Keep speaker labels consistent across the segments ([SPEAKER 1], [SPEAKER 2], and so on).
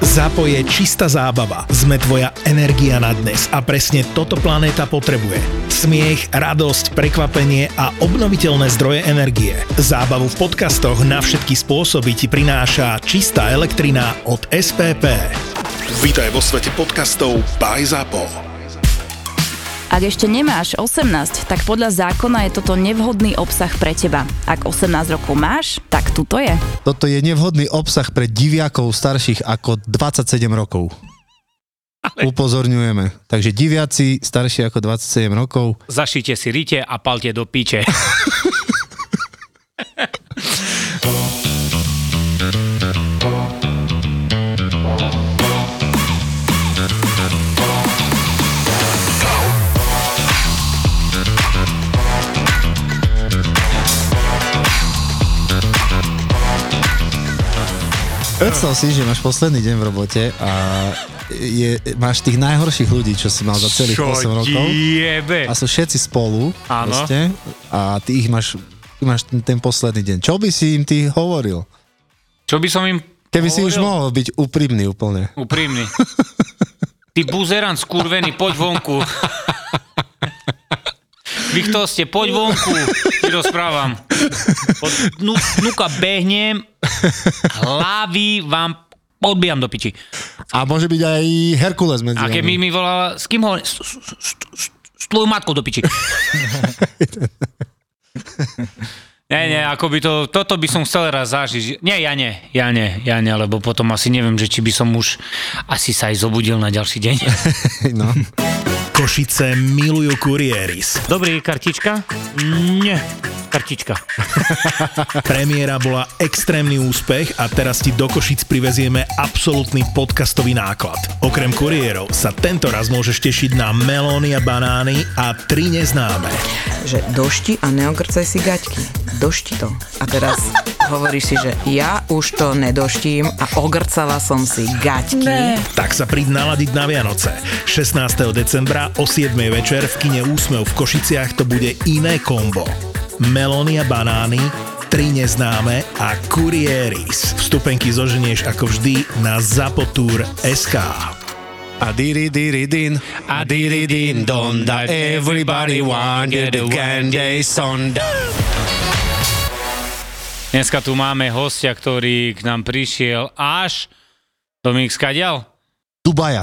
[SPEAKER 1] ZAPO je čistá zábava. Sme tvoja energia na dnes a presne toto planéta potrebuje. Smiech, radosť, prekvapenie a obnoviteľné zdroje energie. Zábavu v podcastoch na všetky spôsoby ti prináša čistá elektrina od SPP. Vítaj vo svete podcastov by ZAPO.
[SPEAKER 2] Ak ešte nemáš 18, tak podľa zákona je toto nevhodný obsah pre teba. Ak 18 rokov máš, tak tuto je.
[SPEAKER 3] Toto je nevhodný obsah pre diviakov starších ako 27 rokov. Upozorňujeme. Takže diviaci starší ako 27 rokov.
[SPEAKER 4] Zašite si rite a palte do piče.
[SPEAKER 3] Predstav si, že máš posledný deň v robote a je, máš tých najhorších ľudí, čo si mal za celých 8 rokov.
[SPEAKER 4] jebe?
[SPEAKER 3] A sú všetci spolu.
[SPEAKER 4] Áno.
[SPEAKER 3] Proste, a ty ich máš, ty máš ten, ten posledný deň. Čo by si im ty hovoril?
[SPEAKER 4] Čo by som im
[SPEAKER 3] Keby si už
[SPEAKER 4] Hovoril?
[SPEAKER 3] mohol byť úprimný úplne.
[SPEAKER 4] úprimný? Ty buzeran skurvený, poď vonku. Vy kto ste, poď vonku, ti rozprávam. Od nu, nuka behnem, hlavy vám odbijam do piči.
[SPEAKER 3] A môže byť aj Herkules medzi
[SPEAKER 4] A keď mi,
[SPEAKER 3] nami.
[SPEAKER 4] mi volala, s kým hovorím? S, s, s, s, s tvojou matkou do piči. Ne, ne, ako by to, toto by som chcel raz zažiť. Nie, ja nie, ja nie, ja nie, lebo potom asi neviem, že či by som už asi sa aj zobudil na ďalší deň.
[SPEAKER 3] No.
[SPEAKER 1] Košice milujú kurieris.
[SPEAKER 4] Dobrý, kartička? Nie, kartička.
[SPEAKER 1] Premiéra bola extrémny úspech a teraz ti do Košic privezieme absolútny podcastový náklad. Okrem kuriérov sa tento raz môžeš tešiť na melóny a banány a tri neznáme.
[SPEAKER 5] že došti a neogrcaj si gaťky. Došti to. A teraz hovoríš si, že ja už to nedoštím a ogrcala som si gaťky.
[SPEAKER 1] Tak sa príď naladiť na Vianoce. 16. decembra o 7. večer v kine Úsmev v Košiciach to bude iné kombo. Melóny a banány, tri neznáme a kurieris. Vstupenky zoženieš ako vždy na zapotur.sk.
[SPEAKER 3] A diri diri din.
[SPEAKER 4] A diri din don that everybody wanted a candy
[SPEAKER 3] sonda.
[SPEAKER 4] Dneska tu máme hostia, ktorý k nám prišiel až... Dominik Skadial?
[SPEAKER 3] Dubaja.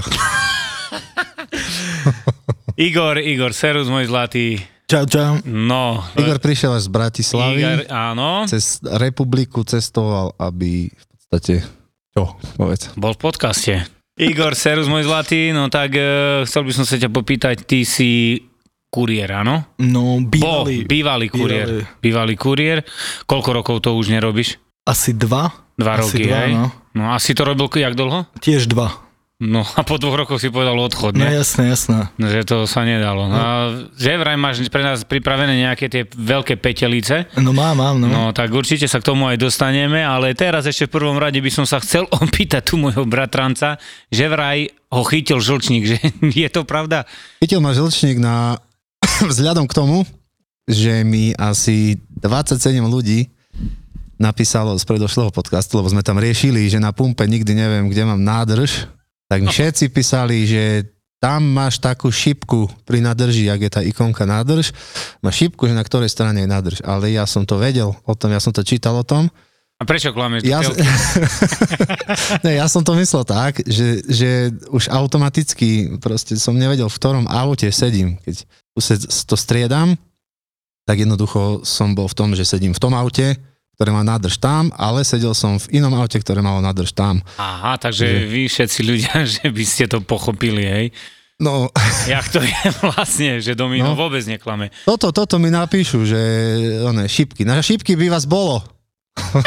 [SPEAKER 4] Igor, Igor, serus, môj zlatý.
[SPEAKER 6] Čau, čau.
[SPEAKER 4] No,
[SPEAKER 3] Igor prišiel až z Bratislavy.
[SPEAKER 4] Igor, áno.
[SPEAKER 3] Cez republiku cestoval, aby v podstate... Čo? Povedz.
[SPEAKER 4] Bol v podcaste. Igor, serus môj zlatý, no tak e, chcel by som sa ťa popýtať, ty si kuriér, áno?
[SPEAKER 6] No, bývalý.
[SPEAKER 4] Bol, bývalý kuriér. Bývalý. kuriér. Koľko rokov to už nerobíš?
[SPEAKER 6] Asi dva?
[SPEAKER 4] Dva
[SPEAKER 6] Asi
[SPEAKER 4] roky,
[SPEAKER 6] dva,
[SPEAKER 4] hej?
[SPEAKER 6] no.
[SPEAKER 4] no. a si to robil k- jak dlho?
[SPEAKER 6] Tiež dva.
[SPEAKER 4] No a po dvoch rokoch si povedal odchod,
[SPEAKER 6] No
[SPEAKER 4] ne?
[SPEAKER 6] jasné, jasné.
[SPEAKER 4] No, že to sa nedalo. No, a že vraj máš pre nás pripravené nejaké tie veľké petelice.
[SPEAKER 6] No mám,
[SPEAKER 3] Hm?
[SPEAKER 6] mám, no.
[SPEAKER 4] No tak určite sa k tomu aj dostaneme, ale teraz ešte v prvom rade by som sa chcel opýtať tu môjho bratranca, že vraj ho chytil žlčník, že je to pravda?
[SPEAKER 3] Chytil ma žlčník na... vzhľadom k tomu, že mi asi 27 ľudí napísalo z predošlého podcastu, lebo sme tam riešili, že na pumpe nikdy neviem, kde mám nádrž, tak mi všetci písali, že tam máš takú šipku pri nádrži, ak je tá ikonka nádrž, máš šipku, že na ktorej strane je nádrž. Ale ja som to vedel o tom, ja som to čítal o tom
[SPEAKER 4] A prečo klameš?
[SPEAKER 3] ja,
[SPEAKER 4] Ty-
[SPEAKER 3] ne, ja som to myslel tak, že, že už automaticky proste som nevedel, v ktorom aute sedím. Keď už se- to striedam, tak jednoducho som bol v tom, že sedím v tom aute, ktoré má nádrž tam, ale sedel som v inom aute, ktoré malo nádrž tam.
[SPEAKER 4] Aha, takže vy všetci ľudia, že by ste to pochopili, hej?
[SPEAKER 3] No,
[SPEAKER 4] Jak to je vlastne, že Domino
[SPEAKER 3] No.
[SPEAKER 4] vôbec neklame.
[SPEAKER 3] toto, toto mi napíšu, že one, šipky. Na šipky by vás bolo.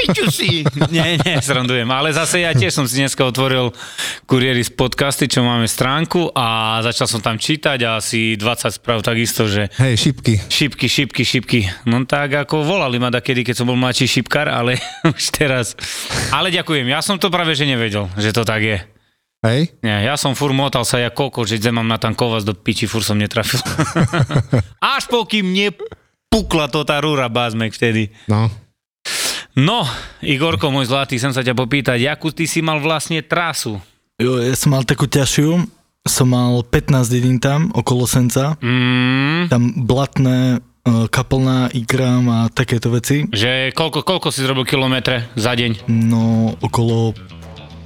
[SPEAKER 4] Piču si! Nie, nie, srandujem. Ale zase ja tiež som si dneska otvoril kuriéry z podcasty, čo máme stránku a začal som tam čítať a asi 20 správ takisto, že
[SPEAKER 3] Hej, šipky.
[SPEAKER 4] Šipky, šipky, šipky. No tak ako volali ma kedy, keď som bol mladší šipkar, ale už teraz. Ale ďakujem, ja som to práve že nevedel, že to tak je.
[SPEAKER 3] Hej?
[SPEAKER 4] Nie, ja som fur motal sa ja koko, že mám natankovať do piči, fur som netrafil. Až pokým nepukla to tá rúra bázmek vtedy.
[SPEAKER 3] No.
[SPEAKER 4] No, Igorko, môj zlatý, chcem sa ťa popýtať, jakú ty si mal vlastne trasu?
[SPEAKER 6] Jo, ja som mal takú ťažšiu, som mal 15 dedín tam, okolo Senca,
[SPEAKER 4] Mm,
[SPEAKER 6] tam blatné, e, kaplná, igram a takéto veci.
[SPEAKER 4] že koľko, koľko si zrobil kilometre za deň?
[SPEAKER 6] No, okolo...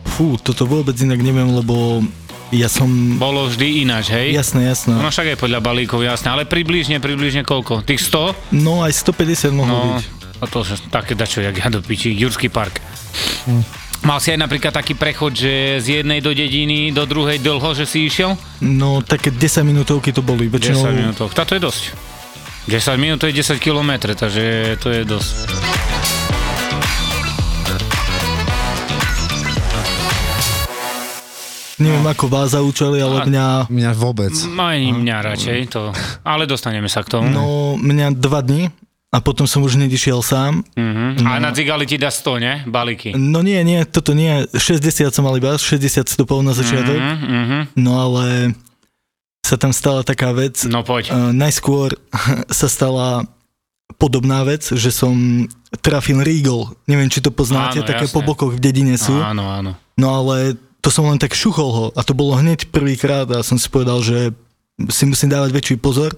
[SPEAKER 6] Fú, toto vôbec inak neviem, lebo ja som...
[SPEAKER 4] Bolo vždy ináč, hej?
[SPEAKER 6] Jasné, jasné.
[SPEAKER 4] No však aj podľa balíkov, jasné, ale približne, približne koľko? Tých 100?
[SPEAKER 6] No, aj 150 mohlo
[SPEAKER 4] No,
[SPEAKER 6] byť.
[SPEAKER 4] a to sa také dačo, jak ja do piči, Jurský park.
[SPEAKER 6] Hm.
[SPEAKER 4] Mal si aj napríklad taký prechod, že z jednej do dediny, do druhej dlho, že si išiel?
[SPEAKER 6] No, také 10 minútovky to
[SPEAKER 4] 10
[SPEAKER 6] boli, väčšinou...
[SPEAKER 4] minút. Tá to je dosť. 10 minút to je 10 km, takže to je dosť.
[SPEAKER 6] Neviem, ako vás zaučali,
[SPEAKER 4] No. A-
[SPEAKER 6] ale mňa...
[SPEAKER 3] Mňa vôbec.
[SPEAKER 4] No, Ani mňa radšej, to, ale dostaneme sa k tomu.
[SPEAKER 6] No, mňa dva dni a potom som už hneď išiel sám.
[SPEAKER 4] Mhm. A na cigali ti dá 100, ne? Balíky.
[SPEAKER 6] No nie, nie, toto nie. 60 som mal iba, 60 stupov na začiatok.
[SPEAKER 4] Mhm, mhm.
[SPEAKER 6] No ale sa tam stala taká vec.
[SPEAKER 4] No poď.
[SPEAKER 6] E, najskôr sa stala podobná vec, že som trafil Regal. Neviem, či to poznáte,
[SPEAKER 4] Áno,
[SPEAKER 6] také
[SPEAKER 4] jasné.
[SPEAKER 6] po bokoch v dedine sú.
[SPEAKER 4] Áno, áno.
[SPEAKER 6] No ale to som len tak šuchol ho a to bolo hneď prvýkrát a som si povedal, že si musím dávať väčší pozor.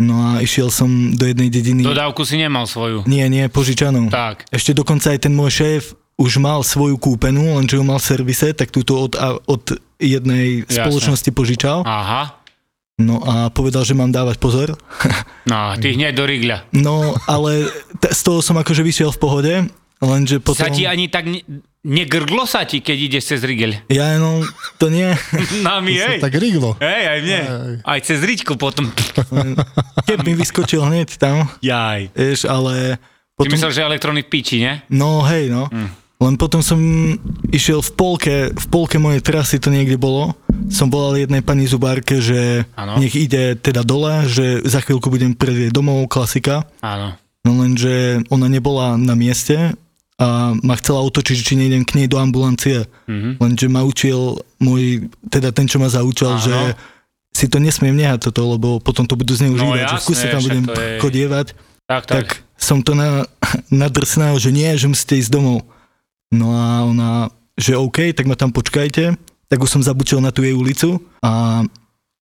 [SPEAKER 6] No a išiel som do jednej dediny.
[SPEAKER 4] Dodávku si nemal svoju.
[SPEAKER 6] Nie, nie, požičanú.
[SPEAKER 4] Tak.
[SPEAKER 6] Ešte dokonca aj ten môj šéf už mal svoju kúpenú, lenže ju mal v servise, tak túto od, a- od jednej
[SPEAKER 4] Jasné.
[SPEAKER 6] spoločnosti požičal.
[SPEAKER 4] Aha.
[SPEAKER 6] No a povedal, že mám dávať pozor.
[SPEAKER 4] No,
[SPEAKER 3] Mm.
[SPEAKER 4] ty hneď do rigľa.
[SPEAKER 6] No, ale t- z toho som akože vyšiel v pohode, lenže potom...
[SPEAKER 4] Sa ti ani tak ne, negrglo sa ti, keď ideš cez rigel.
[SPEAKER 6] Ja no, to nie.
[SPEAKER 4] Nami, hej.
[SPEAKER 3] Tak riglo.
[SPEAKER 4] Hej, aj mne.
[SPEAKER 3] Aj.
[SPEAKER 4] Aj cez ričku potom.
[SPEAKER 6] Keb mi vyskočil hneď tam,
[SPEAKER 4] Jaj.
[SPEAKER 6] vieš, ale...
[SPEAKER 4] Ty myslel, že elektronik piči, ne?
[SPEAKER 6] No hej, no. Mm. Len potom som išiel v polke, v polke mojej trasy to niekde bolo. Som volal jednej pani zubárke, že
[SPEAKER 4] Áno.
[SPEAKER 6] nech ide teda dole, že za chvíľku budem predvieť domov, klasika.
[SPEAKER 4] Áno.
[SPEAKER 6] No lenže ona nebola na mieste a ma chcela otočiť, či nejdem k nej do ambulancie. Mm-hmm.
[SPEAKER 4] Mhm.
[SPEAKER 6] Lenže ma učil môj, teda ten, čo ma zaučal,
[SPEAKER 4] Áno.
[SPEAKER 6] že si to nesmiem nehať toto, lebo potom to budú
[SPEAKER 4] No
[SPEAKER 6] zneužívať, že v kuse
[SPEAKER 4] jasné,
[SPEAKER 6] tam
[SPEAKER 4] však
[SPEAKER 6] budem
[SPEAKER 4] to je-
[SPEAKER 6] chodievať
[SPEAKER 4] Tak, tak.
[SPEAKER 6] tak som to na, nadrsnal, že nie, že musíte ísť domov. No a ona, že OK, tak ma tam počkajte, tak už som zabučil na tú jej ulicu a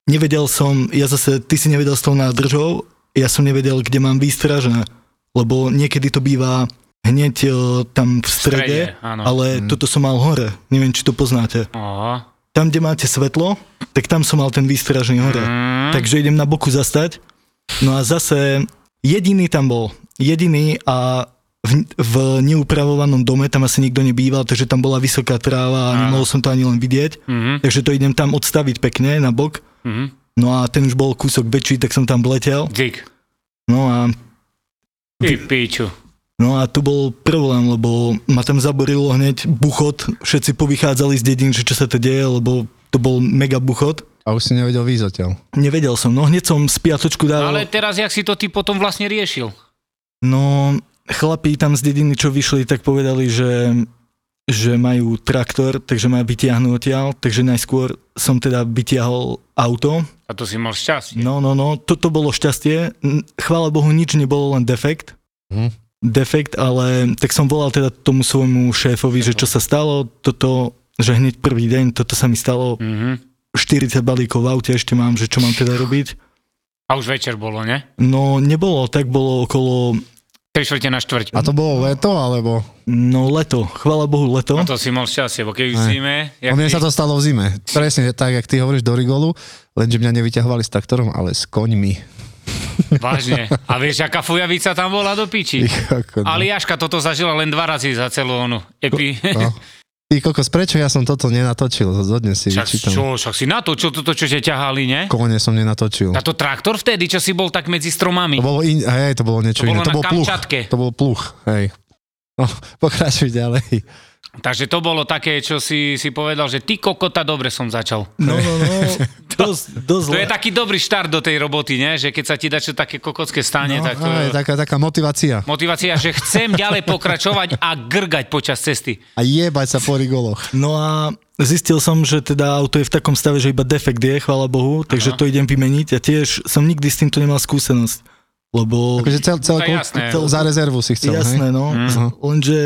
[SPEAKER 6] nevedel som, ja zase, ty si nevedel s tou nádržou, ja som nevedel, kde mám výstražené, lebo niekedy to býva hneď e, tam v strede,
[SPEAKER 4] strede, áno.
[SPEAKER 6] ale toto som mal hore, neviem, či to poznáte.
[SPEAKER 4] Aha.
[SPEAKER 6] Tam, kde máte svetlo, tak tam som mal ten výstražný hore.
[SPEAKER 4] Mm.
[SPEAKER 6] Takže idem na boku zastať. No a zase jediný tam bol. Jediný a v, v neupravovanom dome tam asi nikto nebýval, takže tam bola vysoká tráva a nemohol som to ani len vidieť.
[SPEAKER 4] Mhm.
[SPEAKER 6] Takže to idem tam odstaviť pekne na bok.
[SPEAKER 4] Mhm.
[SPEAKER 6] No a ten už bol kúsok väčší, tak som tam vletel.
[SPEAKER 4] Dík.
[SPEAKER 6] No a,
[SPEAKER 4] Ty piču.
[SPEAKER 6] no a tu bol problém, lebo ma tam zaborilo hneď buchot. Všetci povychádzali z dedín, že čo sa to deje, lebo to bol mega buchot.
[SPEAKER 3] A už si nevedel výjsť odtiaľ.
[SPEAKER 6] Nevedel som, no hneď som spiatočku dával.
[SPEAKER 4] Ale teraz, jak si to ty potom vlastne riešil?
[SPEAKER 6] No, chlapí tam z dediny, čo vyšli, tak povedali, že, že majú traktor, takže ma vytiahnu odtiaľ, takže najskôr som teda vytiahol auto.
[SPEAKER 4] A to si mal šťastie.
[SPEAKER 6] No, no, no, toto bolo šťastie. N- Chvála Bohu, nič nebolo, len defekt.
[SPEAKER 3] Mhm.
[SPEAKER 6] Defekt, ale tak som volal teda tomu svojmu šéfovi, že čo sa stalo, toto, že hneď prvý deň, toto sa mi stalo,
[SPEAKER 4] Mhm.
[SPEAKER 6] 40 balíkov v aute ešte mám, že čo mám teda robiť.
[SPEAKER 4] A už večer bolo, ne?
[SPEAKER 6] No, nebolo, tak bolo okolo,
[SPEAKER 4] 3 čtvrte na štvrť.
[SPEAKER 3] A to bolo leto, alebo...
[SPEAKER 6] no, leto, chvála Bohu, leto.
[SPEAKER 4] A No to si mal šťastie, bo keď v
[SPEAKER 3] Aj.
[SPEAKER 4] zime... jak
[SPEAKER 3] No mne
[SPEAKER 4] ty-
[SPEAKER 3] sa to stalo v zime. Presne tak, jak ty hovoríš do rigolu, lenže mňa nevyťahovali s traktorom, ale s koňmi.
[SPEAKER 4] Vážne. A vieš, aká fujavica tam bola do piči?
[SPEAKER 3] Ty kokot, no.
[SPEAKER 4] Ale Jaška toto zažila len dva razy za celú onu epi.
[SPEAKER 3] No. Ty kokos, prečo ja som toto nenatočil? Zodnes si
[SPEAKER 4] Však
[SPEAKER 3] vyčítam.
[SPEAKER 4] čo, však si natočil toto, čo ťa ťahali, ne?
[SPEAKER 3] Kone som nenatočil.
[SPEAKER 4] Na to traktor vtedy, čo si bol tak medzi
[SPEAKER 3] To
[SPEAKER 4] stromami.
[SPEAKER 3] bolo, in, hej, to bolo niečo
[SPEAKER 4] To
[SPEAKER 3] iné.
[SPEAKER 4] bolo
[SPEAKER 3] To
[SPEAKER 4] na
[SPEAKER 3] bol pluch.
[SPEAKER 4] Kamčatke.
[SPEAKER 3] To bol pluch, hej. No, pokračuj ďalej.
[SPEAKER 4] Takže to bolo také, čo si, si povedal, že ty kokota, dobre som začal.
[SPEAKER 6] No, no, no, dosť, dosť
[SPEAKER 4] To je
[SPEAKER 6] le-
[SPEAKER 4] taký dobrý štart do tej roboty, ne? že keď sa ti dačo také kokocké
[SPEAKER 3] No,
[SPEAKER 4] stane, tak to
[SPEAKER 3] aj,
[SPEAKER 4] je
[SPEAKER 3] taká, taká motivácia.
[SPEAKER 4] motivácia, že chcem ďalej pokračovať a grgať počas cesty.
[SPEAKER 3] A jebať sa po rigoloch.
[SPEAKER 6] No a zistil som, že teda auto je v takom stave, že iba defekt je, chvála Bohu, takže
[SPEAKER 4] Aha.
[SPEAKER 6] to idem vymeniť. Ja tiež som nikdy s týmto nemal skúsenosť, lebo...
[SPEAKER 3] Akože cel, celé
[SPEAKER 4] To je jasné.
[SPEAKER 3] cel, za rezervu si chcel, hej?
[SPEAKER 6] Jasné, no.
[SPEAKER 3] Mhm.
[SPEAKER 6] Lenže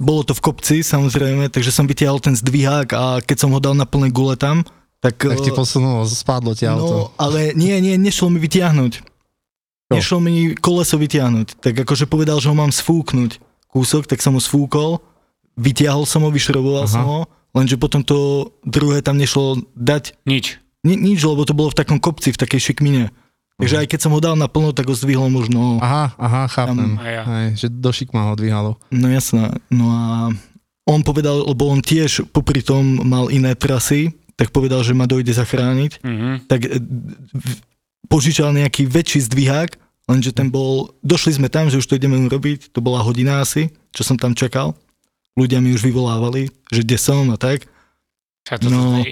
[SPEAKER 6] bolo to v kopci samozrejme, takže som vytiahol ten zdvihák a keď som ho dal na plné gule tam, tak...
[SPEAKER 3] Tak ti
[SPEAKER 6] eh,
[SPEAKER 3] posunulo, spadlo ti auto.
[SPEAKER 6] No, ale nie, nie, nešlo mi vytiahnuť.
[SPEAKER 3] Čo?
[SPEAKER 6] Nešlo mi koleso vytiahnuť. Tak akože povedal, že ho mám sfúknuť kúsok, tak som ho sfúkol, vytiahol som ho, vyšroboval
[SPEAKER 3] Aha.
[SPEAKER 6] som ho, lenže potom to druhé tam nešlo dať
[SPEAKER 4] Nič.
[SPEAKER 6] ni- nič, lebo to bolo v takom kopci, v takej šikmine. Takže
[SPEAKER 3] Mhm.
[SPEAKER 6] aj keď som ho dal na plno, tak ho zdvihlo možno...
[SPEAKER 3] Aha, aha, chápem.
[SPEAKER 4] Tam- A ja.
[SPEAKER 3] Aj, že do šikma ho dvíhalo.
[SPEAKER 6] No jasná. No a on povedal, lebo on tiež popri tom mal iné trasy, tak povedal, že ma dojde zachrániť.
[SPEAKER 4] Mhm.
[SPEAKER 6] tak e, v- požičal nejaký väčší zdvihák, lenže ten bol, došli sme tam, že už to ideme urobiť, to bola hodina asi, čo som tam čakal. Ľudia mi už vyvolávali, že kde som a tak.
[SPEAKER 4] Čo to
[SPEAKER 6] No.
[SPEAKER 4] no.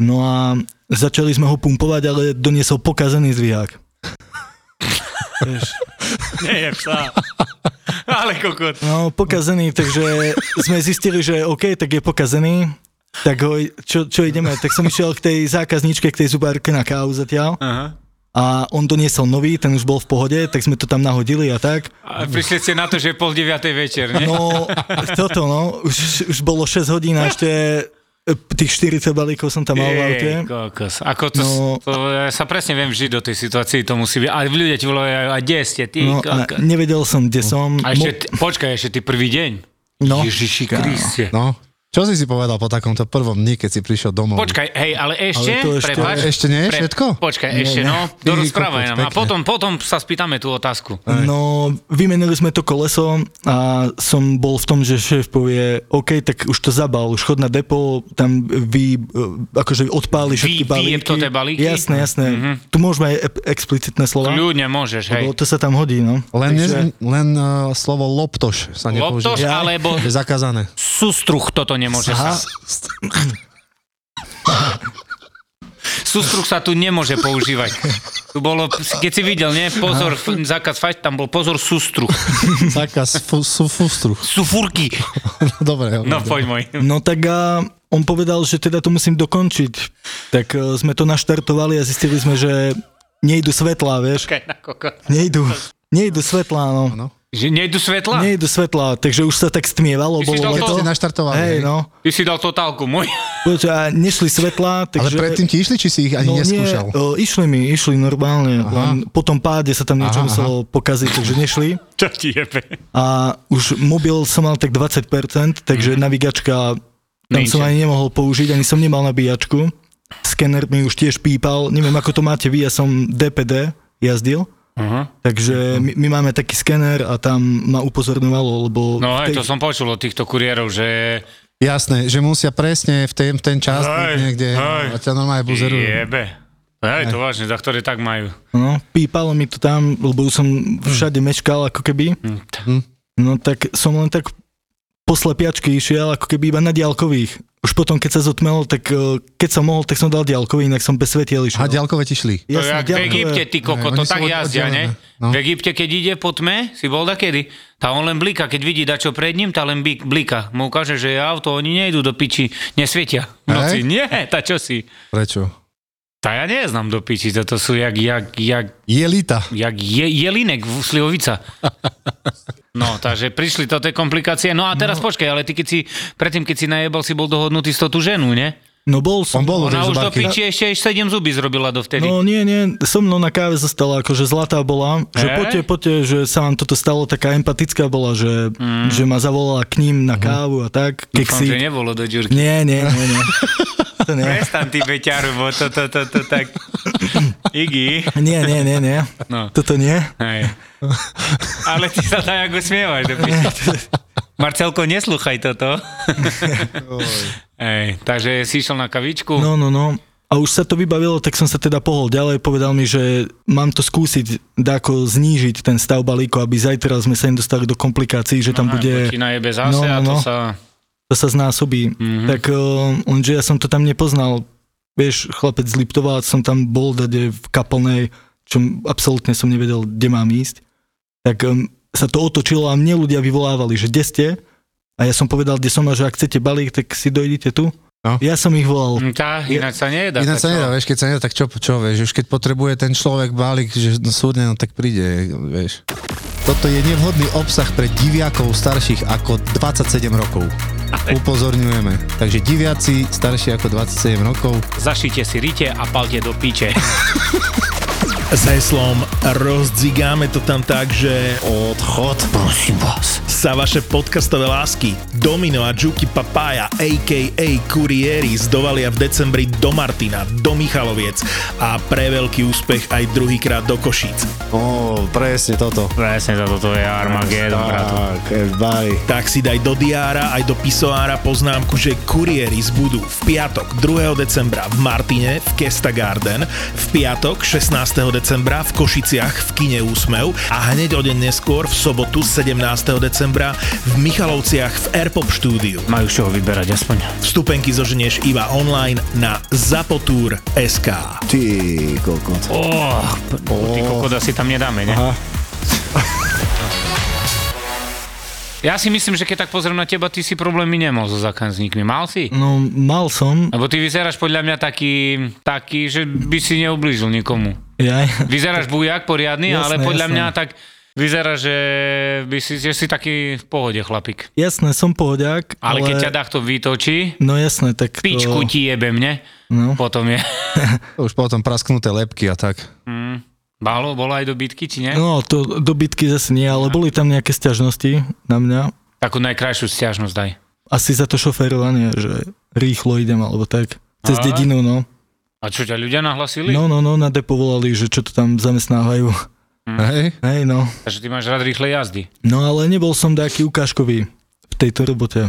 [SPEAKER 6] No a začali sme ho pumpovať, ale doniesol pokazený zdvihák. Vieš,
[SPEAKER 4] Nie je psa. Ale kokot.
[SPEAKER 6] no, pokazený, takže sme zistili, že OK, tak je pokazený, tak ho, čo, čo ideme, tak som išiel k tej zákazničke, k tej zubárke na kávu zatiaľ.
[SPEAKER 4] Aha.
[SPEAKER 6] a on doniesol nový, ten už bol v pohode, tak sme to tam nahodili a tak.
[SPEAKER 4] A prišli ste na to, že je pol deviatej večer, nie?
[SPEAKER 6] No, toto no, už, už bolo 6 hodín a ešte e, tých 40 balíkov som tam mal v aute.
[SPEAKER 4] Jej, kokos. Ako to,
[SPEAKER 6] No.
[SPEAKER 4] to, ja sa presne viem vžiť do tej situácii, to musí byť. A ľudia ti volajú, a kde ste, ty,
[SPEAKER 6] No, a
[SPEAKER 4] kokos.
[SPEAKER 6] nevedel som, kde som.
[SPEAKER 4] A ešte, t- počkaj, ešte ty prvý deň.
[SPEAKER 6] no,
[SPEAKER 4] Ježiši Kriste.
[SPEAKER 3] No, čo si si povedal po takomto prvom dni, keď si prišiel domov?
[SPEAKER 4] Počkaj, hej, ale ešte,
[SPEAKER 6] Ale to ešte-
[SPEAKER 4] prepáč.
[SPEAKER 3] Ešte nie je všetko?
[SPEAKER 4] Počkaj,
[SPEAKER 6] Nie,
[SPEAKER 4] ešte,
[SPEAKER 6] nie.
[SPEAKER 4] no,
[SPEAKER 3] Ty
[SPEAKER 4] dorozprávaj
[SPEAKER 3] kokos,
[SPEAKER 4] nám. A
[SPEAKER 3] pekne.
[SPEAKER 4] potom, potom sa spýtame tú otázku.
[SPEAKER 6] No, vymenili sme to koleso a som bol v tom, že šéf povie, OK, tak už to zabal, už chod na depo, tam vy, e, akože odpáli všetky
[SPEAKER 4] Vy- vyjeb
[SPEAKER 6] balíky.
[SPEAKER 4] to tie balíky? Mhm.
[SPEAKER 6] Jasné, jasné. Tu môžeme aj e- explicitné slova,
[SPEAKER 4] Ľudne môžeš, hej.
[SPEAKER 6] lebo to sa tam hodí, no.
[SPEAKER 3] Len, ne, len uh, slovo loptoš sa nepoužíva.
[SPEAKER 4] Loptoš
[SPEAKER 6] Ja-
[SPEAKER 4] alebo
[SPEAKER 3] Je zakázané.
[SPEAKER 4] sustruch toto nemôže sa. Sustruch sa tu nemôže používať. Tu bolo, keď si videl, nie? Pozor, f- zákaz fajt, tam bol pozor sustruch.
[SPEAKER 3] Zákaz fu, su, fustru.
[SPEAKER 4] Sufurky.
[SPEAKER 3] Dobre, jo,
[SPEAKER 4] No
[SPEAKER 3] dobre.
[SPEAKER 4] poď môj.
[SPEAKER 6] No tak a on povedal, že teda to musím dokončiť. Tak e, sme to naštartovali a zistili sme, že nejdu svetlá, vieš.
[SPEAKER 4] Počkaj na koko.
[SPEAKER 6] Nejdu, nejdu svetlá, no.
[SPEAKER 3] Áno.
[SPEAKER 4] Že nejdu svetla?
[SPEAKER 6] Nejdu svetlá, takže už sa tak stmievalo,
[SPEAKER 4] Ty si dal
[SPEAKER 6] bolo leto.
[SPEAKER 4] to-
[SPEAKER 3] Ste naštartovali. hej?
[SPEAKER 6] No. Hej, no.
[SPEAKER 4] Ty si dal totálku, môj.
[SPEAKER 6] Poď, A nešli
[SPEAKER 3] Ale
[SPEAKER 6] svetlá, takže...
[SPEAKER 3] predtým ti išli, či si ich ani
[SPEAKER 6] No nie,
[SPEAKER 3] neskúšal?
[SPEAKER 6] e, išli mi, išli normálne,
[SPEAKER 3] Aha.
[SPEAKER 6] len po tom páde sa tam niečo
[SPEAKER 3] Aha, aha.
[SPEAKER 6] muselo pokaziť, takže nešli.
[SPEAKER 4] Čo ti jebe?
[SPEAKER 6] A už mobil som mal tak 20%, takže
[SPEAKER 4] Mhm.
[SPEAKER 6] navigačka tam
[SPEAKER 4] Ninja.
[SPEAKER 6] som ani nemohol použiť, ani som nemal nabíjačku. Skener mi už tiež pípal, neviem ako to máte vy, ja som DPD jazdil,
[SPEAKER 4] Aha. Mhm.
[SPEAKER 6] takže my, my máme taký skener a tam ma upozorňovalo, lebo...
[SPEAKER 4] No
[SPEAKER 6] v
[SPEAKER 4] hej, to som počul od týchto kuriérov, že
[SPEAKER 3] Jasné, že musia presne v ten, v ten čas byť
[SPEAKER 4] Hej,
[SPEAKER 3] niekde no,
[SPEAKER 4] hej.
[SPEAKER 3] a ťa normálne buzerujú.
[SPEAKER 4] jebe. Hej, to vážne, za ktoré tak majú.
[SPEAKER 6] no, pípalo mi to tam, lebo som všade meškal ako keby,
[SPEAKER 4] Hm, t-
[SPEAKER 6] no tak som len tak po slepiačky išiel ako keby iba na diálkových. Už potom, keď sa zotmelo, tak eh, keď som mohol, tak som dal diálkový, inak som bez svetiel išiel.
[SPEAKER 3] A ďalkové ti šli.
[SPEAKER 4] To je
[SPEAKER 6] Jasné,
[SPEAKER 4] jak v
[SPEAKER 6] ďalkové.
[SPEAKER 4] Egypte, ty koko,
[SPEAKER 3] Hej,
[SPEAKER 4] to
[SPEAKER 3] oni sú
[SPEAKER 4] tak
[SPEAKER 3] od-
[SPEAKER 4] jazdia, ne?
[SPEAKER 3] oddelené, no.
[SPEAKER 4] V Egypte, keď ide po tme, si bol takedy, tá on len blíka, keď vidí dačo pred ním, tá len bí- blíka. Mu ukáže, že je auto, oni nejdu do piči, nesvietia v noci.
[SPEAKER 3] Hej?
[SPEAKER 4] Nie, tá čo si?
[SPEAKER 3] Prečo?
[SPEAKER 4] Tá ja neznám do piči, toto sú jak, jak, jak,
[SPEAKER 3] Jelita.
[SPEAKER 4] jak je, jelinek v Slivovica. No, takže prišli to tie komplikácie. No a teraz no. počkaj, ale ty keď si, predtým keď si najebal, si bol dohodnutý s tou tú ženu, ne?
[SPEAKER 6] No bol som.
[SPEAKER 3] On bol
[SPEAKER 4] Ona
[SPEAKER 3] už
[SPEAKER 4] už do
[SPEAKER 3] zubárky.
[SPEAKER 4] piči ešte 7 zuby zrobila dovtedy.
[SPEAKER 6] No nie, nie, so mnou na káve zostala, akože zlatá bola, že
[SPEAKER 4] Hej.
[SPEAKER 6] poďte, poďte, že sa vám toto stalo, taká empatická bola, že, že ma zavolala k ním na kávu a tak,
[SPEAKER 4] Mm. Mhm. Dúfam, že
[SPEAKER 6] keksi.
[SPEAKER 4] nebolo do Ďurky.
[SPEAKER 6] Nie, nie, nie, nie. To nie.
[SPEAKER 4] Prestan ty beťaru, bo to, to, to, to, tak... Iggy.
[SPEAKER 6] Nie, nie, nie, nie.
[SPEAKER 4] No.
[SPEAKER 6] Toto nie.
[SPEAKER 4] Hej. Ale ty sa tam ako smievaš. do piči. Marcelko, neslúchaj toto. Hej, takže si išiel na kavičku.
[SPEAKER 6] No, no, no. A už sa to vybavilo, tak som sa teda pohol ďalej, povedal mi, že mám to skúsiť dáko znížiť ten stav balíku, aby zajtra sme sa nedostali do komplikácií, že tam
[SPEAKER 4] Aha,
[SPEAKER 6] bude...
[SPEAKER 4] Počína jebe zase
[SPEAKER 6] No,
[SPEAKER 4] no,
[SPEAKER 6] no,
[SPEAKER 4] a to
[SPEAKER 6] no.
[SPEAKER 4] sa...
[SPEAKER 6] to sa znásobí.
[SPEAKER 4] Mhm.
[SPEAKER 6] Mm-hmm. Tak eh, lenže ja som to tam nepoznal. Vieš, chlapec z Liptova, som tam bol dade v kaplnej, čo absolútne som nevedel, kde mám ísť. Tak um, sa to otočilo a mne ľudia vyvolávali, že kde ste? A ja som povedal, kde som a že ak chcete balík, tak si dojdite tu.
[SPEAKER 3] No.
[SPEAKER 6] Ja som ich volal.
[SPEAKER 4] Hm, Tá, ináč sa nedá.
[SPEAKER 3] Ináč sa
[SPEAKER 4] tá čo?
[SPEAKER 3] nedá, vieš, keď sa nedá, tak čo, čo vieš, už keď potrebuje ten človek balík, že súdne, no tak príde, vieš. Toto je nevhodný obsah pre diviakov starších ako 27 rokov. Upozorňujeme. Takže diviaci starší ako 27 rokov,
[SPEAKER 4] Zašite si rite a palte do piče.
[SPEAKER 1] S heslom rozdzigáme to tam tak, že
[SPEAKER 3] odchod, prosím vás.
[SPEAKER 1] sa vaše podcastové lásky Domino a Juki Papája a.k.a. Kurieri zdovalia v decembri do Martina, do Michaloviec a pre veľký úspech aj druhýkrát do Košíc.
[SPEAKER 3] Ó, presne toto.
[SPEAKER 4] Presne za toto je Armageddon, bratu.
[SPEAKER 3] Tak,
[SPEAKER 6] eh,
[SPEAKER 3] everybody.
[SPEAKER 1] Tak si daj do diára aj do pisoára poznámku, že kurieris budú v piatok 2. decembra v Martine v Kesta Garden, v piatok 16. decembra v Košiciach v kine Úsmev a hneď o deň neskôr v sobotu 17. decembra v Michalovciach v Airpop štúdiu.
[SPEAKER 4] Majú z čoho vyberať aspoň.
[SPEAKER 1] Vstupenky zoženieš iba online na zapotur.sk.
[SPEAKER 3] Ty kokot.
[SPEAKER 4] Oh, ty kokot asi tam nedáme, ne?
[SPEAKER 3] Aha.
[SPEAKER 4] Ja si myslím, že keď tak pozriem na teba, ty si problémy nemal so zákazníkmi. Mal si?
[SPEAKER 6] No, mal som.
[SPEAKER 4] Lebo ty vyzeráš podľa mňa taký, taký, že by si neublížil nikomu.
[SPEAKER 6] Ja,
[SPEAKER 4] Vyzeráš bujak poriadny,
[SPEAKER 6] Jasné,
[SPEAKER 4] ale podľa
[SPEAKER 6] jasné.
[SPEAKER 4] mňa tak vyzerá, že, by si, že si taký v pohode chlapík.
[SPEAKER 6] jasné, som pohodiak,
[SPEAKER 4] Ale, ale
[SPEAKER 6] ale...
[SPEAKER 4] keď ťa takto vytočí,
[SPEAKER 6] No jasné, tak to...
[SPEAKER 4] pičku ti jebem, ne?
[SPEAKER 6] No.
[SPEAKER 4] Potom je...
[SPEAKER 3] Už potom prasknuté lepky a tak.
[SPEAKER 4] Bálo, bolo aj do bitky, či ne? No.
[SPEAKER 6] No, to dobytky zase nie, ale boli tam nejaké stiažnosti na mňa.
[SPEAKER 4] Takú najkrajšiu stiažnosť daj.
[SPEAKER 6] Asi za to šoferovanie, že rýchlo idem, alebo tak. Cez
[SPEAKER 4] Aha.
[SPEAKER 6] dedinu, no.
[SPEAKER 4] A čo ťa ľudia nahlasili?
[SPEAKER 6] No, no, no, na depo volali, že čo to tam zamestnávajú.
[SPEAKER 3] Hej?
[SPEAKER 6] Hej, no.
[SPEAKER 4] Takže ty máš rád rýchle jazdy.
[SPEAKER 6] No ale nebol som taký ukážkový v tejto robote.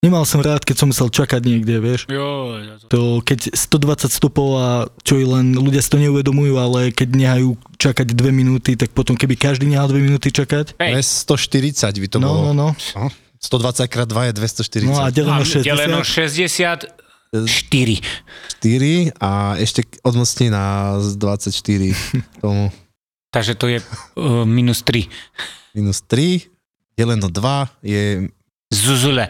[SPEAKER 6] Nemal som rád, keď som musel čakať niekde, vieš.
[SPEAKER 4] Jo, ja to-
[SPEAKER 6] To keď 120 stopov a čo i len ľudia si to neuvedomujú, ale keď nehajú čakať dve minúty, tak potom keby každý nehal dve minúty čakať.
[SPEAKER 3] Hej.
[SPEAKER 4] Hej.
[SPEAKER 3] 140 by to bolo.
[SPEAKER 6] No, no, no.
[SPEAKER 3] no. 120 x 2 je 240.
[SPEAKER 6] No
[SPEAKER 4] A
[SPEAKER 6] a deleno 60.
[SPEAKER 4] deleno 60 4.
[SPEAKER 3] 4 a ešte odmocni na z 24 tomu
[SPEAKER 4] Takže to je uh, minus 3.
[SPEAKER 3] minus 3, deleno 2 je...
[SPEAKER 4] Zuzule.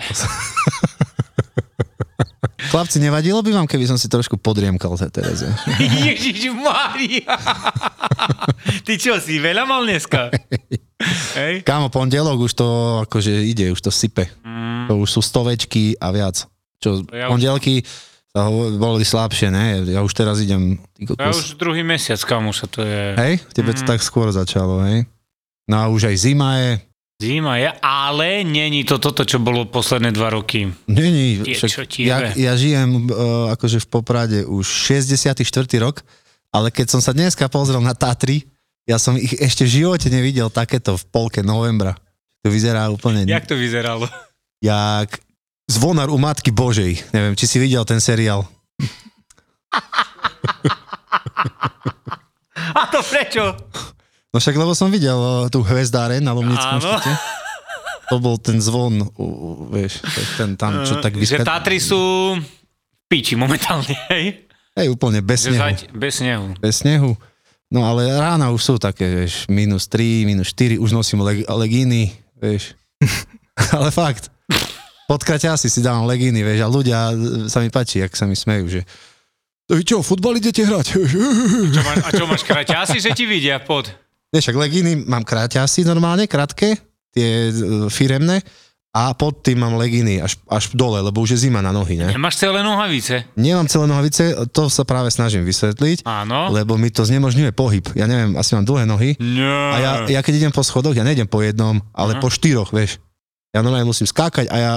[SPEAKER 3] Chlapci, nevadilo by vám, keby som si trošku podriemkal te- teraz? ja?
[SPEAKER 4] Ježiš Maria. Ty čo si, veľa mal dneska? Hej?
[SPEAKER 3] Kámo, pondelok už to akože ide, už to sype.
[SPEAKER 4] Mm,
[SPEAKER 3] To už sú stovečky a viac. Čo,
[SPEAKER 4] Ja už-
[SPEAKER 3] pondelky sa hovo- boli slabšie, ne? Ja už teraz idem... ty
[SPEAKER 4] to je
[SPEAKER 3] kokos.
[SPEAKER 4] už druhý mesiac, kamuša, to je...
[SPEAKER 3] Hej? Tebe to
[SPEAKER 4] Mm.
[SPEAKER 3] tak skôr začalo, hej? No a už aj zima je.
[SPEAKER 4] Zima je, ale není to toto, čo bolo posledné dva roky.
[SPEAKER 3] Není,
[SPEAKER 4] Tie, čo
[SPEAKER 3] však
[SPEAKER 4] ti
[SPEAKER 3] ja,
[SPEAKER 4] jebe.
[SPEAKER 3] ja žijem uh, akože v Poprade už 64. rok, ale keď som sa dneska pozrel na Tatry, ja som ich ešte v živote nevidel takéto v polke novembra. To vyzerá úplne...
[SPEAKER 4] Jak to vyzeralo?
[SPEAKER 3] jak zvonar u Matky Božej. Neviem, či si videl ten seriál.
[SPEAKER 4] A to prečo?
[SPEAKER 3] No však, lebo som videl uh, tú hvezdáre na Lomnickom
[SPEAKER 4] Áno.
[SPEAKER 3] štite. To bol ten zvon, u, u, vieš, to- ten tam, čo tak
[SPEAKER 4] Že
[SPEAKER 3] vyskad...
[SPEAKER 4] Tatry sú v piči momentálne, hej?
[SPEAKER 3] Hej, úplne bez
[SPEAKER 4] Že
[SPEAKER 3] snehu.
[SPEAKER 4] zať, bez snehu.
[SPEAKER 3] Bez snehu. No ale rána už sú také, vieš, minus 3, minus 4, už nosím leg- legíny, vieš. ale fakt. Pod kraťasy si dávam legíny, vieš, a ľudia e, sa mi páči, jak sa mi smejú, že "Vy čo, futbal idete hrať?
[SPEAKER 4] Čo máš, a čo máš kraťasy, že ti vidia pod?
[SPEAKER 3] Nie, však legíny mám kráťasy normálne, krátke, tie e, firemné, a pod tým mám legíny až, až dole, lebo už je zima na nohy, ne?
[SPEAKER 4] Nemáš celé nohavice?
[SPEAKER 3] Nemám celé nohavice, to sa práve snažím vysvetliť,
[SPEAKER 4] Áno.
[SPEAKER 3] lebo mi to znemožňuje pohyb. Ja neviem, asi mám dlhé nohy
[SPEAKER 4] Nie.
[SPEAKER 3] a ja, ja keď idem po schodoch, ja nejdem po jednom, ale
[SPEAKER 4] Mhm.
[SPEAKER 3] po štyroch, vieš. Ja normálne musím skákať a ja,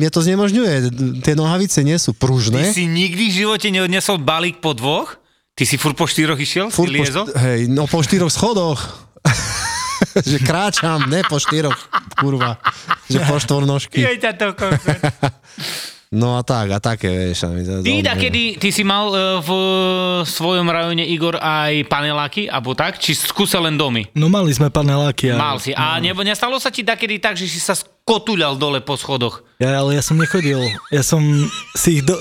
[SPEAKER 3] mne to znemožňuje, tie nohavice nie sú
[SPEAKER 4] Ty
[SPEAKER 3] pružné.
[SPEAKER 4] si nikdy v živote neodnesol balík po dvoch? Ty si furt po štyroch išiel?
[SPEAKER 3] Furt
[SPEAKER 4] si liezol?
[SPEAKER 3] Po, št- hej, no po štyroch schodoch. že kráčam, ne po štyroch, kurva. Že po štvornožky.
[SPEAKER 4] Jej ťa to kokos.
[SPEAKER 3] No a tak, a také, vieš. a my sa-
[SPEAKER 4] Ty, kedy, ty si mal e, v svojom rajone Igor aj paneláky, alebo tak? Či skúsa len
[SPEAKER 3] E,
[SPEAKER 4] domy?
[SPEAKER 6] No mali sme paneláky. A,
[SPEAKER 4] Mal si. A
[SPEAKER 3] mm.
[SPEAKER 4] nebo nestalo sa ti takedy tak, že si sa skotuľal dole po schodoch?
[SPEAKER 6] Ja, ale ja som nechodil. Ja som si ich do...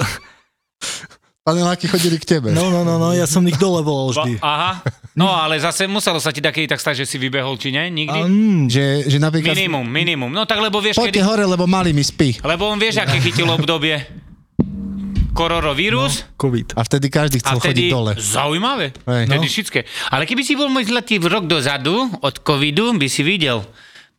[SPEAKER 3] Paneláky chodili k tebe.
[SPEAKER 6] No, no, no, no, ja som ich dole
[SPEAKER 4] Ba-
[SPEAKER 6] volal vždy.
[SPEAKER 4] Aha. No ale zase muselo sa ti takedy tak stať, že si vybehol, či ne? Nikdy?
[SPEAKER 6] A, mm,
[SPEAKER 3] Že, že napríklad...
[SPEAKER 4] Minimum, minimum. No tak lebo vieš,
[SPEAKER 3] Poďte
[SPEAKER 4] kedy...
[SPEAKER 3] hore, lebo mali mi spí.
[SPEAKER 4] Lebo on vieš, aké chytil obdobie. koronavírus
[SPEAKER 6] COVID.
[SPEAKER 3] A vtedy každý
[SPEAKER 4] a
[SPEAKER 3] No, chcel chodiť
[SPEAKER 4] vtedy
[SPEAKER 3] dole.
[SPEAKER 4] zaujímavé.
[SPEAKER 3] Hej.
[SPEAKER 4] Vtedy
[SPEAKER 3] No.
[SPEAKER 4] všetké. Ale keby si bol môj zlatý rok dozadu od covidu, by si videl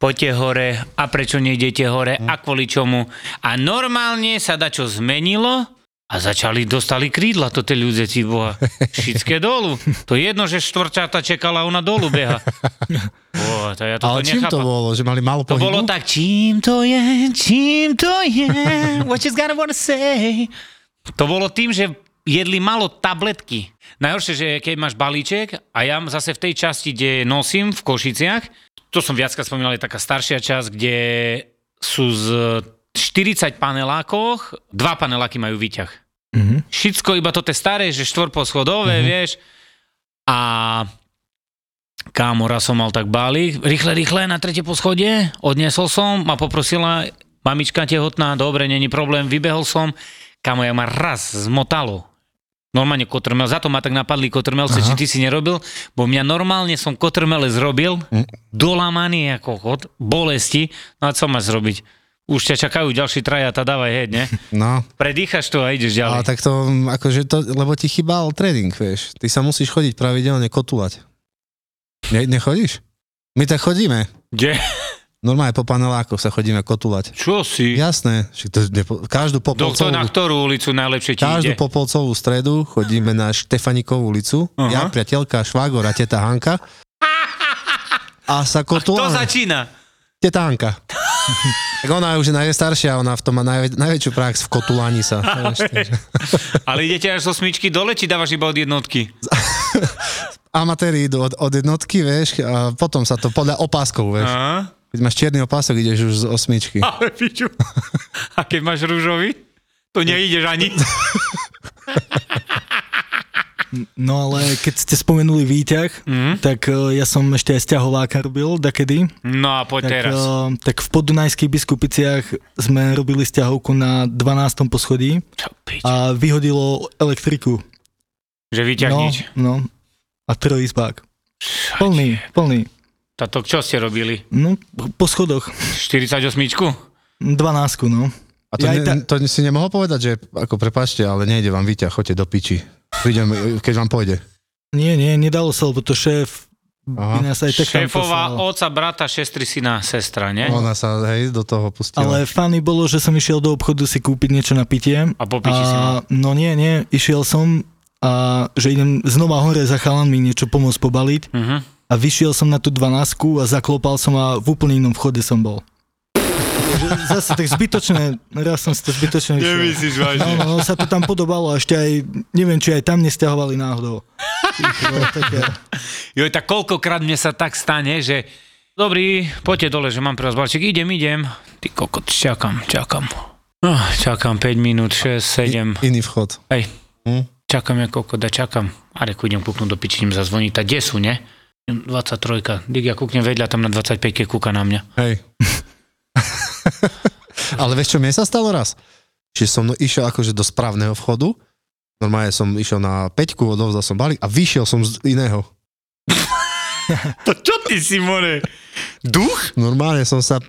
[SPEAKER 4] poďte hore a prečo nejdete hore a kvôli čomu. A normálne sa dačo zmenilo a začali, dostali krídla to tie ľudia, ci boha. Všetké dolu. To je jedno, že štvorčata čekala, ona dolu beha. Boha, to ja toto
[SPEAKER 3] Ale čím to
[SPEAKER 4] nechápam.
[SPEAKER 3] bolo? Že mali málo
[SPEAKER 4] To bolo
[SPEAKER 3] pohybu?
[SPEAKER 4] tak, čím to je, čím to je, what she's gonna wanna say. To bolo tým, že jedli malo tabletky. Najhoršie, že keď máš balíček a ja zase v tej časti, kde nosím v Košiciach, to som viacka spomínal, je taká staršia časť, kde sú z 40 panelákoch, dva paneláky majú výťah.
[SPEAKER 6] Mhm.
[SPEAKER 4] Všetko iba to tie staré, že štvorposchodové, mm-hmm. vieš. A kámo, raz som mal tak balík, rýchle, rýchle, na tretie poschodie, odniesol som, ma poprosila mamička tehotná, dobre, není problém, vybehol som, kámo, ja ma raz zmotalo. Normálne kotrmel, za to ma tak napadli kotrmelce, či ty si nerobil, bo mňa normálne som kotrmele zrobil,
[SPEAKER 3] Hm.
[SPEAKER 4] dolamaný ako chod, bolesti, no a co máš zrobiť? Už ťa čakajú ďalší traja, tá dávaj heď, ne?
[SPEAKER 3] No.
[SPEAKER 4] Predýchaš to a ideš
[SPEAKER 3] Ale
[SPEAKER 4] ďalej.
[SPEAKER 3] tak to, mm, akože to, lebo ti chýbal tréning, vieš. Ty sa musíš chodiť pravidelne kotulať. Ne, nechodíš? My tak chodíme.
[SPEAKER 4] Kde?
[SPEAKER 3] Normálne po panelákoch sa chodíme kotulať.
[SPEAKER 4] Čo si?
[SPEAKER 3] Jasné, však to, nepo- každú
[SPEAKER 4] Doktor,
[SPEAKER 3] popolcovú,
[SPEAKER 4] na ktorú ulicu najlepšie ti
[SPEAKER 3] každú
[SPEAKER 4] ide?
[SPEAKER 3] popolcovú stredu chodíme na Štefanikovú ulicu.
[SPEAKER 4] Aha.
[SPEAKER 3] Ja, priateľka, švágor a teta Hanka. A sa
[SPEAKER 4] To
[SPEAKER 3] kotuláme.
[SPEAKER 4] začína.
[SPEAKER 3] Teta Anka. tak ona už je najstaršia, ona v tom má najvä- najväčšiu prax v kotulani sa. vieš, takže.
[SPEAKER 4] Ale idete až zo smyčky dole, či dávaš iba od jednotky?
[SPEAKER 3] Amatéri idú od, od jednotky, vieš, a potom sa to podľa opáskov, vieš.
[SPEAKER 4] Aha.
[SPEAKER 3] Keď máš čierny opások, ideš už z osmičky.
[SPEAKER 4] Ale piču. A keď máš rúžový, to neideš ani.
[SPEAKER 6] No ale keď ste spomenuli výťah,
[SPEAKER 4] Mhm.
[SPEAKER 6] mm. tak e, ja som ešte aj sťahováka robil dakedy.
[SPEAKER 4] No a poď
[SPEAKER 6] Tak,
[SPEAKER 4] teraz.
[SPEAKER 6] e, tak v poddunajských biskupiciach sme robili sťahovku na 12. poschodí
[SPEAKER 4] Čo pič.
[SPEAKER 6] a vyhodilo elektriku.
[SPEAKER 4] Že vyťah
[SPEAKER 6] no,
[SPEAKER 4] nič.
[SPEAKER 6] no. A trojizbák. Plný, plný.
[SPEAKER 4] Tato, čo ste robili?
[SPEAKER 6] No, po schodoch.
[SPEAKER 4] 48
[SPEAKER 6] 12, no.
[SPEAKER 3] A to,
[SPEAKER 6] Ja aj
[SPEAKER 3] ne, to si nemohol povedať, že ako prepáčte, ale nejde vám výťah, choďte do piči. Prídem, keď vám pôjde.
[SPEAKER 6] Nie, nie, nedalo sa, lebo to šéf by
[SPEAKER 3] Aha.
[SPEAKER 6] nás aj tak tam
[SPEAKER 4] Šéfová,
[SPEAKER 6] poslal.
[SPEAKER 4] oca, brata, šestri, syna, sestra, ne?
[SPEAKER 3] Ona sa, hej, do toho pustila.
[SPEAKER 6] Ale fany bolo, že som išiel do obchodu si kúpiť niečo na pitie.
[SPEAKER 4] A po piči si mal.
[SPEAKER 6] No nie, nie, išiel som a že idem znova hore za chalanmi niečo pomôcť pobaliť
[SPEAKER 4] Mhm.
[SPEAKER 6] a vyšiel som na tú 12 a zaklopal som a v úplne inom vchode som bol. Takže Zase tak zbytočné, raz som si to zbytočne vyšiel.
[SPEAKER 4] Nemyslíš vážne.
[SPEAKER 6] No, no, sa to tam podobalo a ešte aj, neviem, či aj tam nestiahovali náhodou. No, také.
[SPEAKER 4] Joj, tak koľkokrát mne sa tak stane, že dobrý, poďte dole, že mám pre vás balčík, idem, idem. Ty kokot, čakám, čakám. No, čakám 5 minút, 6, 7.
[SPEAKER 3] I, iný vchod.
[SPEAKER 4] Hej,
[SPEAKER 3] Hm?
[SPEAKER 4] čakám ja kokot a čakám. A reku, idem kúknúť do piči, idem zazvoniť. A kde sú, ne? 23. Dík, ja kúknem vedľa, tam na 25 kúka na mňa.
[SPEAKER 3] Hej. Ale vieš čo, mne sa stalo raz? Že som no- išiel akože do správneho vchodu, normálne som išiel na peťku, odovzdal som balík a vyšiel som z iného.
[SPEAKER 4] To čo ty si, more? Duch?
[SPEAKER 3] Normálne som sa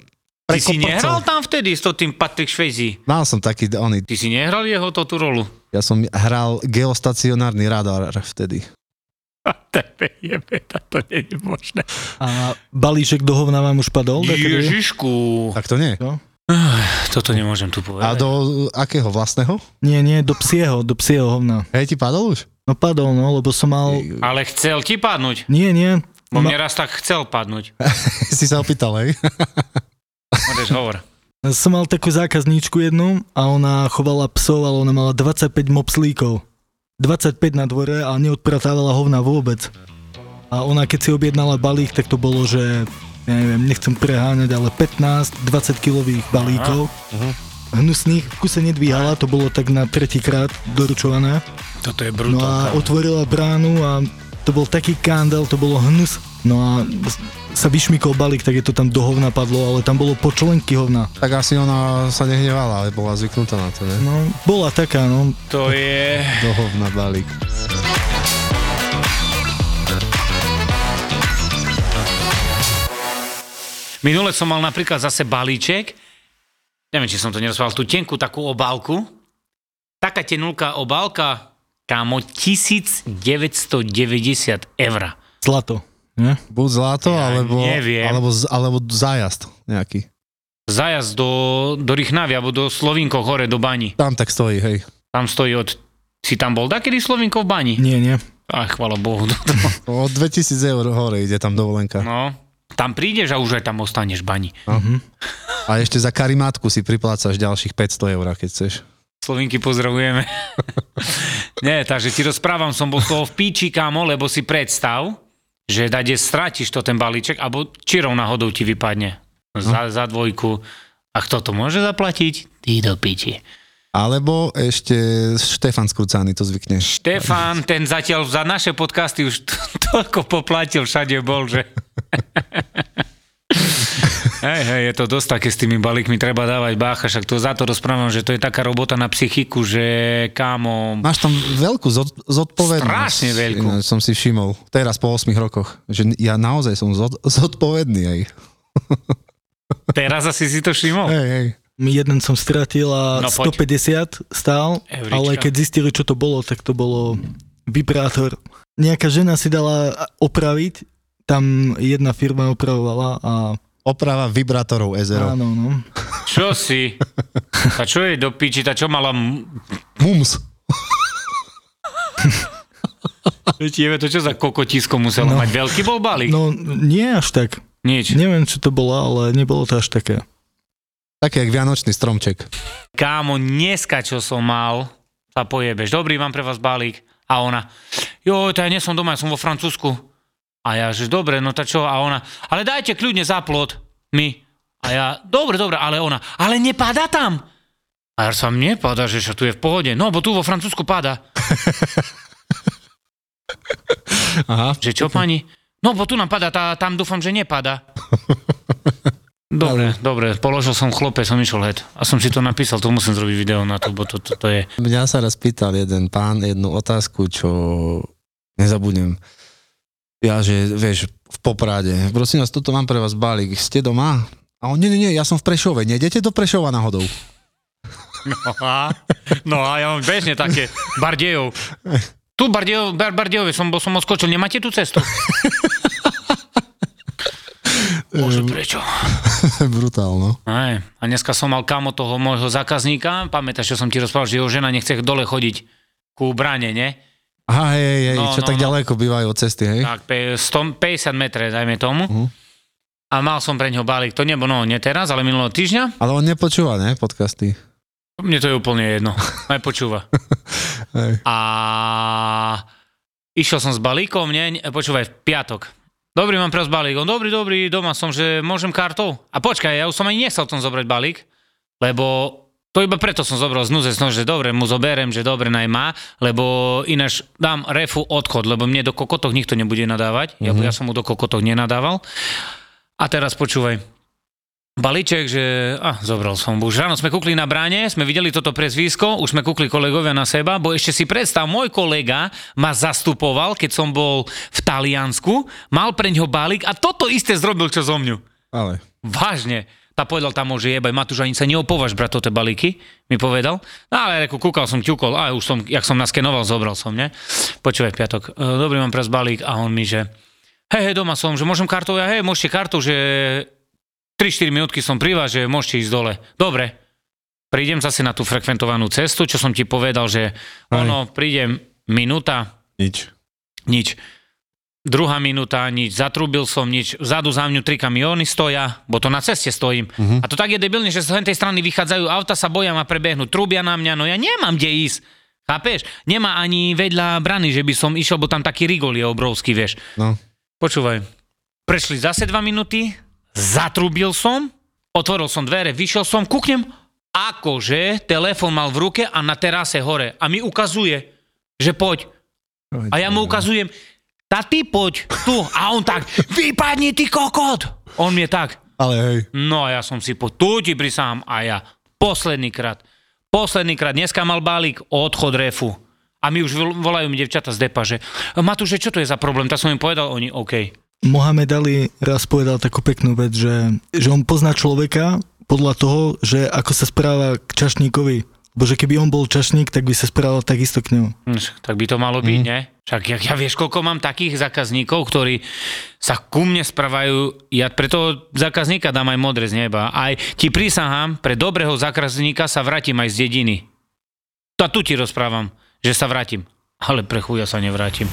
[SPEAKER 4] Ty si
[SPEAKER 3] prekoprcal.
[SPEAKER 4] nehral tam vtedy s to tým Patrick Švezi?
[SPEAKER 3] Mal som taký, oný,
[SPEAKER 4] Ty si nehral jeho to tú rolu?
[SPEAKER 3] ja som hral geostacionárny radar vtedy.
[SPEAKER 4] A tebe jebe, to nie je možné.
[SPEAKER 6] A balíček do hovna vám už padol? Dakedy?
[SPEAKER 4] Ježišku.
[SPEAKER 3] Tak to nie.
[SPEAKER 4] Toto nemôžem tu
[SPEAKER 3] A
[SPEAKER 4] povedať.
[SPEAKER 3] do akého vlastného?
[SPEAKER 6] Nie, nie, do psieho, do psieho hovna.
[SPEAKER 3] Hej, ti padol už?
[SPEAKER 6] No padol, no, lebo som mal...
[SPEAKER 4] Ale chcel ti padnúť.
[SPEAKER 6] Nie, nie.
[SPEAKER 4] Bo
[SPEAKER 6] Ma-
[SPEAKER 4] mne raz tak chcel padnúť.
[SPEAKER 3] si sa opýtal, hej?
[SPEAKER 4] Môžeš hovor.
[SPEAKER 6] Som mal takú zákazníčku jednu a ona chovala psov, ale ona mala 25 mopslíkov. 25 na dvore a neodpratávala hovna vôbec. A ona keď si objednala balík, tak to bolo, že ja neviem, nechcem preháňať, ale 15-20 kilových balíkov. Hnusných, v kuse nedvíhala, to bolo tak na tretíkrát doručované.
[SPEAKER 4] Toto je
[SPEAKER 6] No a
[SPEAKER 4] brutál.
[SPEAKER 6] otvorila bránu a to bol taký kandel, to bolo hnus. No a s- sa vyšmykol balík, tak je to tam do hovna padlo, ale tam bolo počlenky hovna.
[SPEAKER 3] tak asi ona sa nehnevala, ale bola zvyknutá na to, ne?
[SPEAKER 6] No, bola taká, no.
[SPEAKER 4] To je...
[SPEAKER 3] Dohovna balík.
[SPEAKER 4] Minule som mal napríklad zase balíček, neviem, či som to nerozprával, tú tenkú takú obálku, tak taká tenulká obálka, kámo, 1990 eur.
[SPEAKER 6] Zlato. Nie?
[SPEAKER 3] Buď zlato,
[SPEAKER 4] Ja
[SPEAKER 3] alebo,
[SPEAKER 4] neviem.
[SPEAKER 3] alebo, z- alebo zájazd nejaký.
[SPEAKER 4] Zajazd do, do Rychnavy, alebo do Slovinko hore do bani.
[SPEAKER 3] Tam tak stojí, hej.
[SPEAKER 4] Tam stojí od... Si tam bol takedy Slovinko v bani?
[SPEAKER 6] Nie, nie.
[SPEAKER 4] Ach, chvala Bohu.
[SPEAKER 3] Od 2000 eur hore ide tam dovolenka.
[SPEAKER 4] No, tam prídeš a už aj tam ostaneš v bani.
[SPEAKER 3] A ešte za karimátku si priplácaš ďalších 500 eur, keď chceš.
[SPEAKER 4] Slovinky pozdravujeme. Nie, takže ti rozprávam, som bol z toho v píči, kámo, lebo si predstav, že dade stratíš to ten balíček, alebo čirou náhodou ti vypadne za, za dvojku. A kto to môže zaplatiť? Ty do piči.
[SPEAKER 3] Alebo ešte Štefan Skrucány to zvykne.
[SPEAKER 4] Štefan, ten zatiaľ za naše podcasty už to, toľko poplatil, všade bol, že... Hej, hej, je to dosť také s tými balíkmi, treba dávať bácha, však to za to rozprávam, že to je taká robota na psychiku, že kámo,
[SPEAKER 3] Máš tam veľkú zod- zodpovednosť.
[SPEAKER 4] Strašne veľkú.
[SPEAKER 3] Ináč som si všimol, teraz po 8 rokoch, že n- ja naozaj som zod- zodpovedný aj.
[SPEAKER 4] Teraz asi si to všimol.
[SPEAKER 3] Hej, hej.
[SPEAKER 6] Mi jeden som stratil a
[SPEAKER 4] No,
[SPEAKER 6] no,
[SPEAKER 4] poď.
[SPEAKER 6] 150 stál,
[SPEAKER 4] Eurička.
[SPEAKER 6] ale keď zistili, čo to bolo, tak to bolo vibrátor. Nejaká žena si dala opraviť, tam jedna firma opravovala a
[SPEAKER 3] Oprava vibrátorov Ezero.
[SPEAKER 6] áno, no.
[SPEAKER 4] Čo si? A čo je do piči? A čo mala... m-
[SPEAKER 3] Mums.
[SPEAKER 4] Viete, to čo za kokotisko muselo
[SPEAKER 6] No.
[SPEAKER 4] mať? Veľký bol balík?
[SPEAKER 6] No nie až tak.
[SPEAKER 4] Nič.
[SPEAKER 6] Neviem, čo to bolo, ale nebolo to až také.
[SPEAKER 3] Také jak vianočný stromček.
[SPEAKER 4] Kámo, dneska, čo som mal, sa pojebeš. Dobrý, mám pre vás balík. A ona, jo, to ja nie som doma, ja som vo Francúzsku. A ja, že dobre, no ta čo? A ona, ale dajte kľudne za plot, my. A ja, dobre, dobre, ale ona, ale nepada tam. A ja som, nepada, že čo tu je v pohode. No, bo tu vo Francúzsku pada.
[SPEAKER 3] Aha.
[SPEAKER 4] Že čo, pani? No, bo tu nám padá, tá, tam dúfam, že nepada. Dobre, dobre, položil som chlope, som išiel het. A som si to napísal, to musím zrobiť video na to, bo to, to, to je...
[SPEAKER 3] Mňa sa raz pýtal jeden pán jednu otázku, čo nezabudnem. Ja, že vieš, v Poprade, prosím vás, toto mám pre vás balík, ste doma? A on, nie, nie, nie, ja som v Prešove, nejdete do Prešova náhodou?
[SPEAKER 4] No a, no a ja mám bežne také, Bardejov. Tu Bardejov, Bar, Bardejov, som, bol- som odskočil, nemáte tú cestu? Bože, prečo?
[SPEAKER 3] Brutál, no.
[SPEAKER 4] Aj, a dneska som mal kamo toho môjho zákazníka, pamätáš, čo som ti rozprával, že jeho žena nechce dole chodiť ku brane, ne?
[SPEAKER 3] Aha, hej, hej, no,
[SPEAKER 4] No,
[SPEAKER 3] čo
[SPEAKER 4] no,
[SPEAKER 3] tak
[SPEAKER 4] no.
[SPEAKER 3] ďaleko bývajú od cesty, hej?
[SPEAKER 4] Tak, pe- 100, 50 metre, dajme tomu.
[SPEAKER 3] Mhm.
[SPEAKER 4] A mal som pre neho balík, to nebo, no nie teraz, ale minulého týždňa.
[SPEAKER 3] Ale on nepočúva, ne, podcasty.
[SPEAKER 4] Mne to je úplne jedno, aj počúva.
[SPEAKER 3] Hej.
[SPEAKER 4] A išiel som s balíkom, nie, ne- počúvaj, v piatok. Dobrý, mám pre vás balík. On, dobrý, dobrý, doma som, že môžem kartou. A počkaj, ja už som ani nechcel tom zobrať balík, lebo to iba preto som zobral z núze, snom, že dobre, mu zoberem, že dobre naj má, lebo ináč dám refu odchod, lebo mne do kokotok nikto nebude nadávať. Mm-hmm. Ja, ja som mu do kokotok nenadával. A teraz počúvaj. Balíček, že... A, zobral som. Už ráno sme kúkli na bráne, sme videli toto prezvisko, už sme kúkli kolegovia na seba, bo ešte si predstav, môj kolega ma zastupoval, keď som bol v Taliansku, mal pre ňo balík a toto isté zrobil, čo zo mňu.
[SPEAKER 3] Ale.
[SPEAKER 4] Vážne. Tá povedal tam, že jebaj, Matúš, ani sa neopovaž brať toto balíky, mi povedal. No ale reku, kúkal som, ťukol, a už som, jak som naskenoval, zobral som, ne? Počúvaj, v piatok, e, dobrý, mám pres balík a on mi, že hej, hej, doma som, že môžem kartou, ja hej, môžete kartou, že 3-4 minútky som pri vás, že môžete ísť dole. Dobre, prídem zase na tú frekventovanú cestu, čo som ti povedal, že ono, prídem minúta,
[SPEAKER 3] Nič.
[SPEAKER 4] nič. Druhá minúta, nič. Zatrubil som, nič. Vzadu za mňu tri kamióny stoja, bo to na ceste stojím. Uh-huh. A to tak je debilne, že z len tej strany vychádzajú auta, sa boja ma prebehnú, trubia na mňa, no ja nemám kde ísť. Chápeš? Nemá ani vedľa brany, že by som išiel, bo tam taký rigol je obrovský, vieš.
[SPEAKER 3] No.
[SPEAKER 4] Počúvaj. Prešli zase dva minúty, zatrubil som, otvoril som dvere, vyšiel som, kúknem, akože telefon mal v ruke a na terase hore. A mi ukazuje, že poď. A ja mu ukazujem, tá ty poď tu. A on tak, vypadni ty kokot. On mi je tak,
[SPEAKER 3] Ale hej.
[SPEAKER 4] no a ja som si po tu ti prisám a ja posledný krát, posledný krát, dneska mal balík odchod refu. A my už vol- volajú mi devčata z depa, že Matúš, že čo to je za problém? Tak som im povedal, oni OK.
[SPEAKER 6] Mohamed Ali raz povedal takú peknú vec, že, že on pozná človeka podľa toho, že ako sa správa k čašníkovi. Bože, keby on bol čašník, tak by sa správal takisto k nemu.
[SPEAKER 4] Hm, však Tak by to malo byť, mm. ne? Však ja, ja vieš, koľko mám takých zákazníkov, ktorí sa ku mne správajú, ja pre toho zákazníka dám aj modré z neba. Aj ti prísahám, pre dobrého zákazníka sa vrátim aj z dediny. To tu ti rozprávam, že sa vrátim. Ale pre chuja sa nevrátim.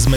[SPEAKER 1] Sme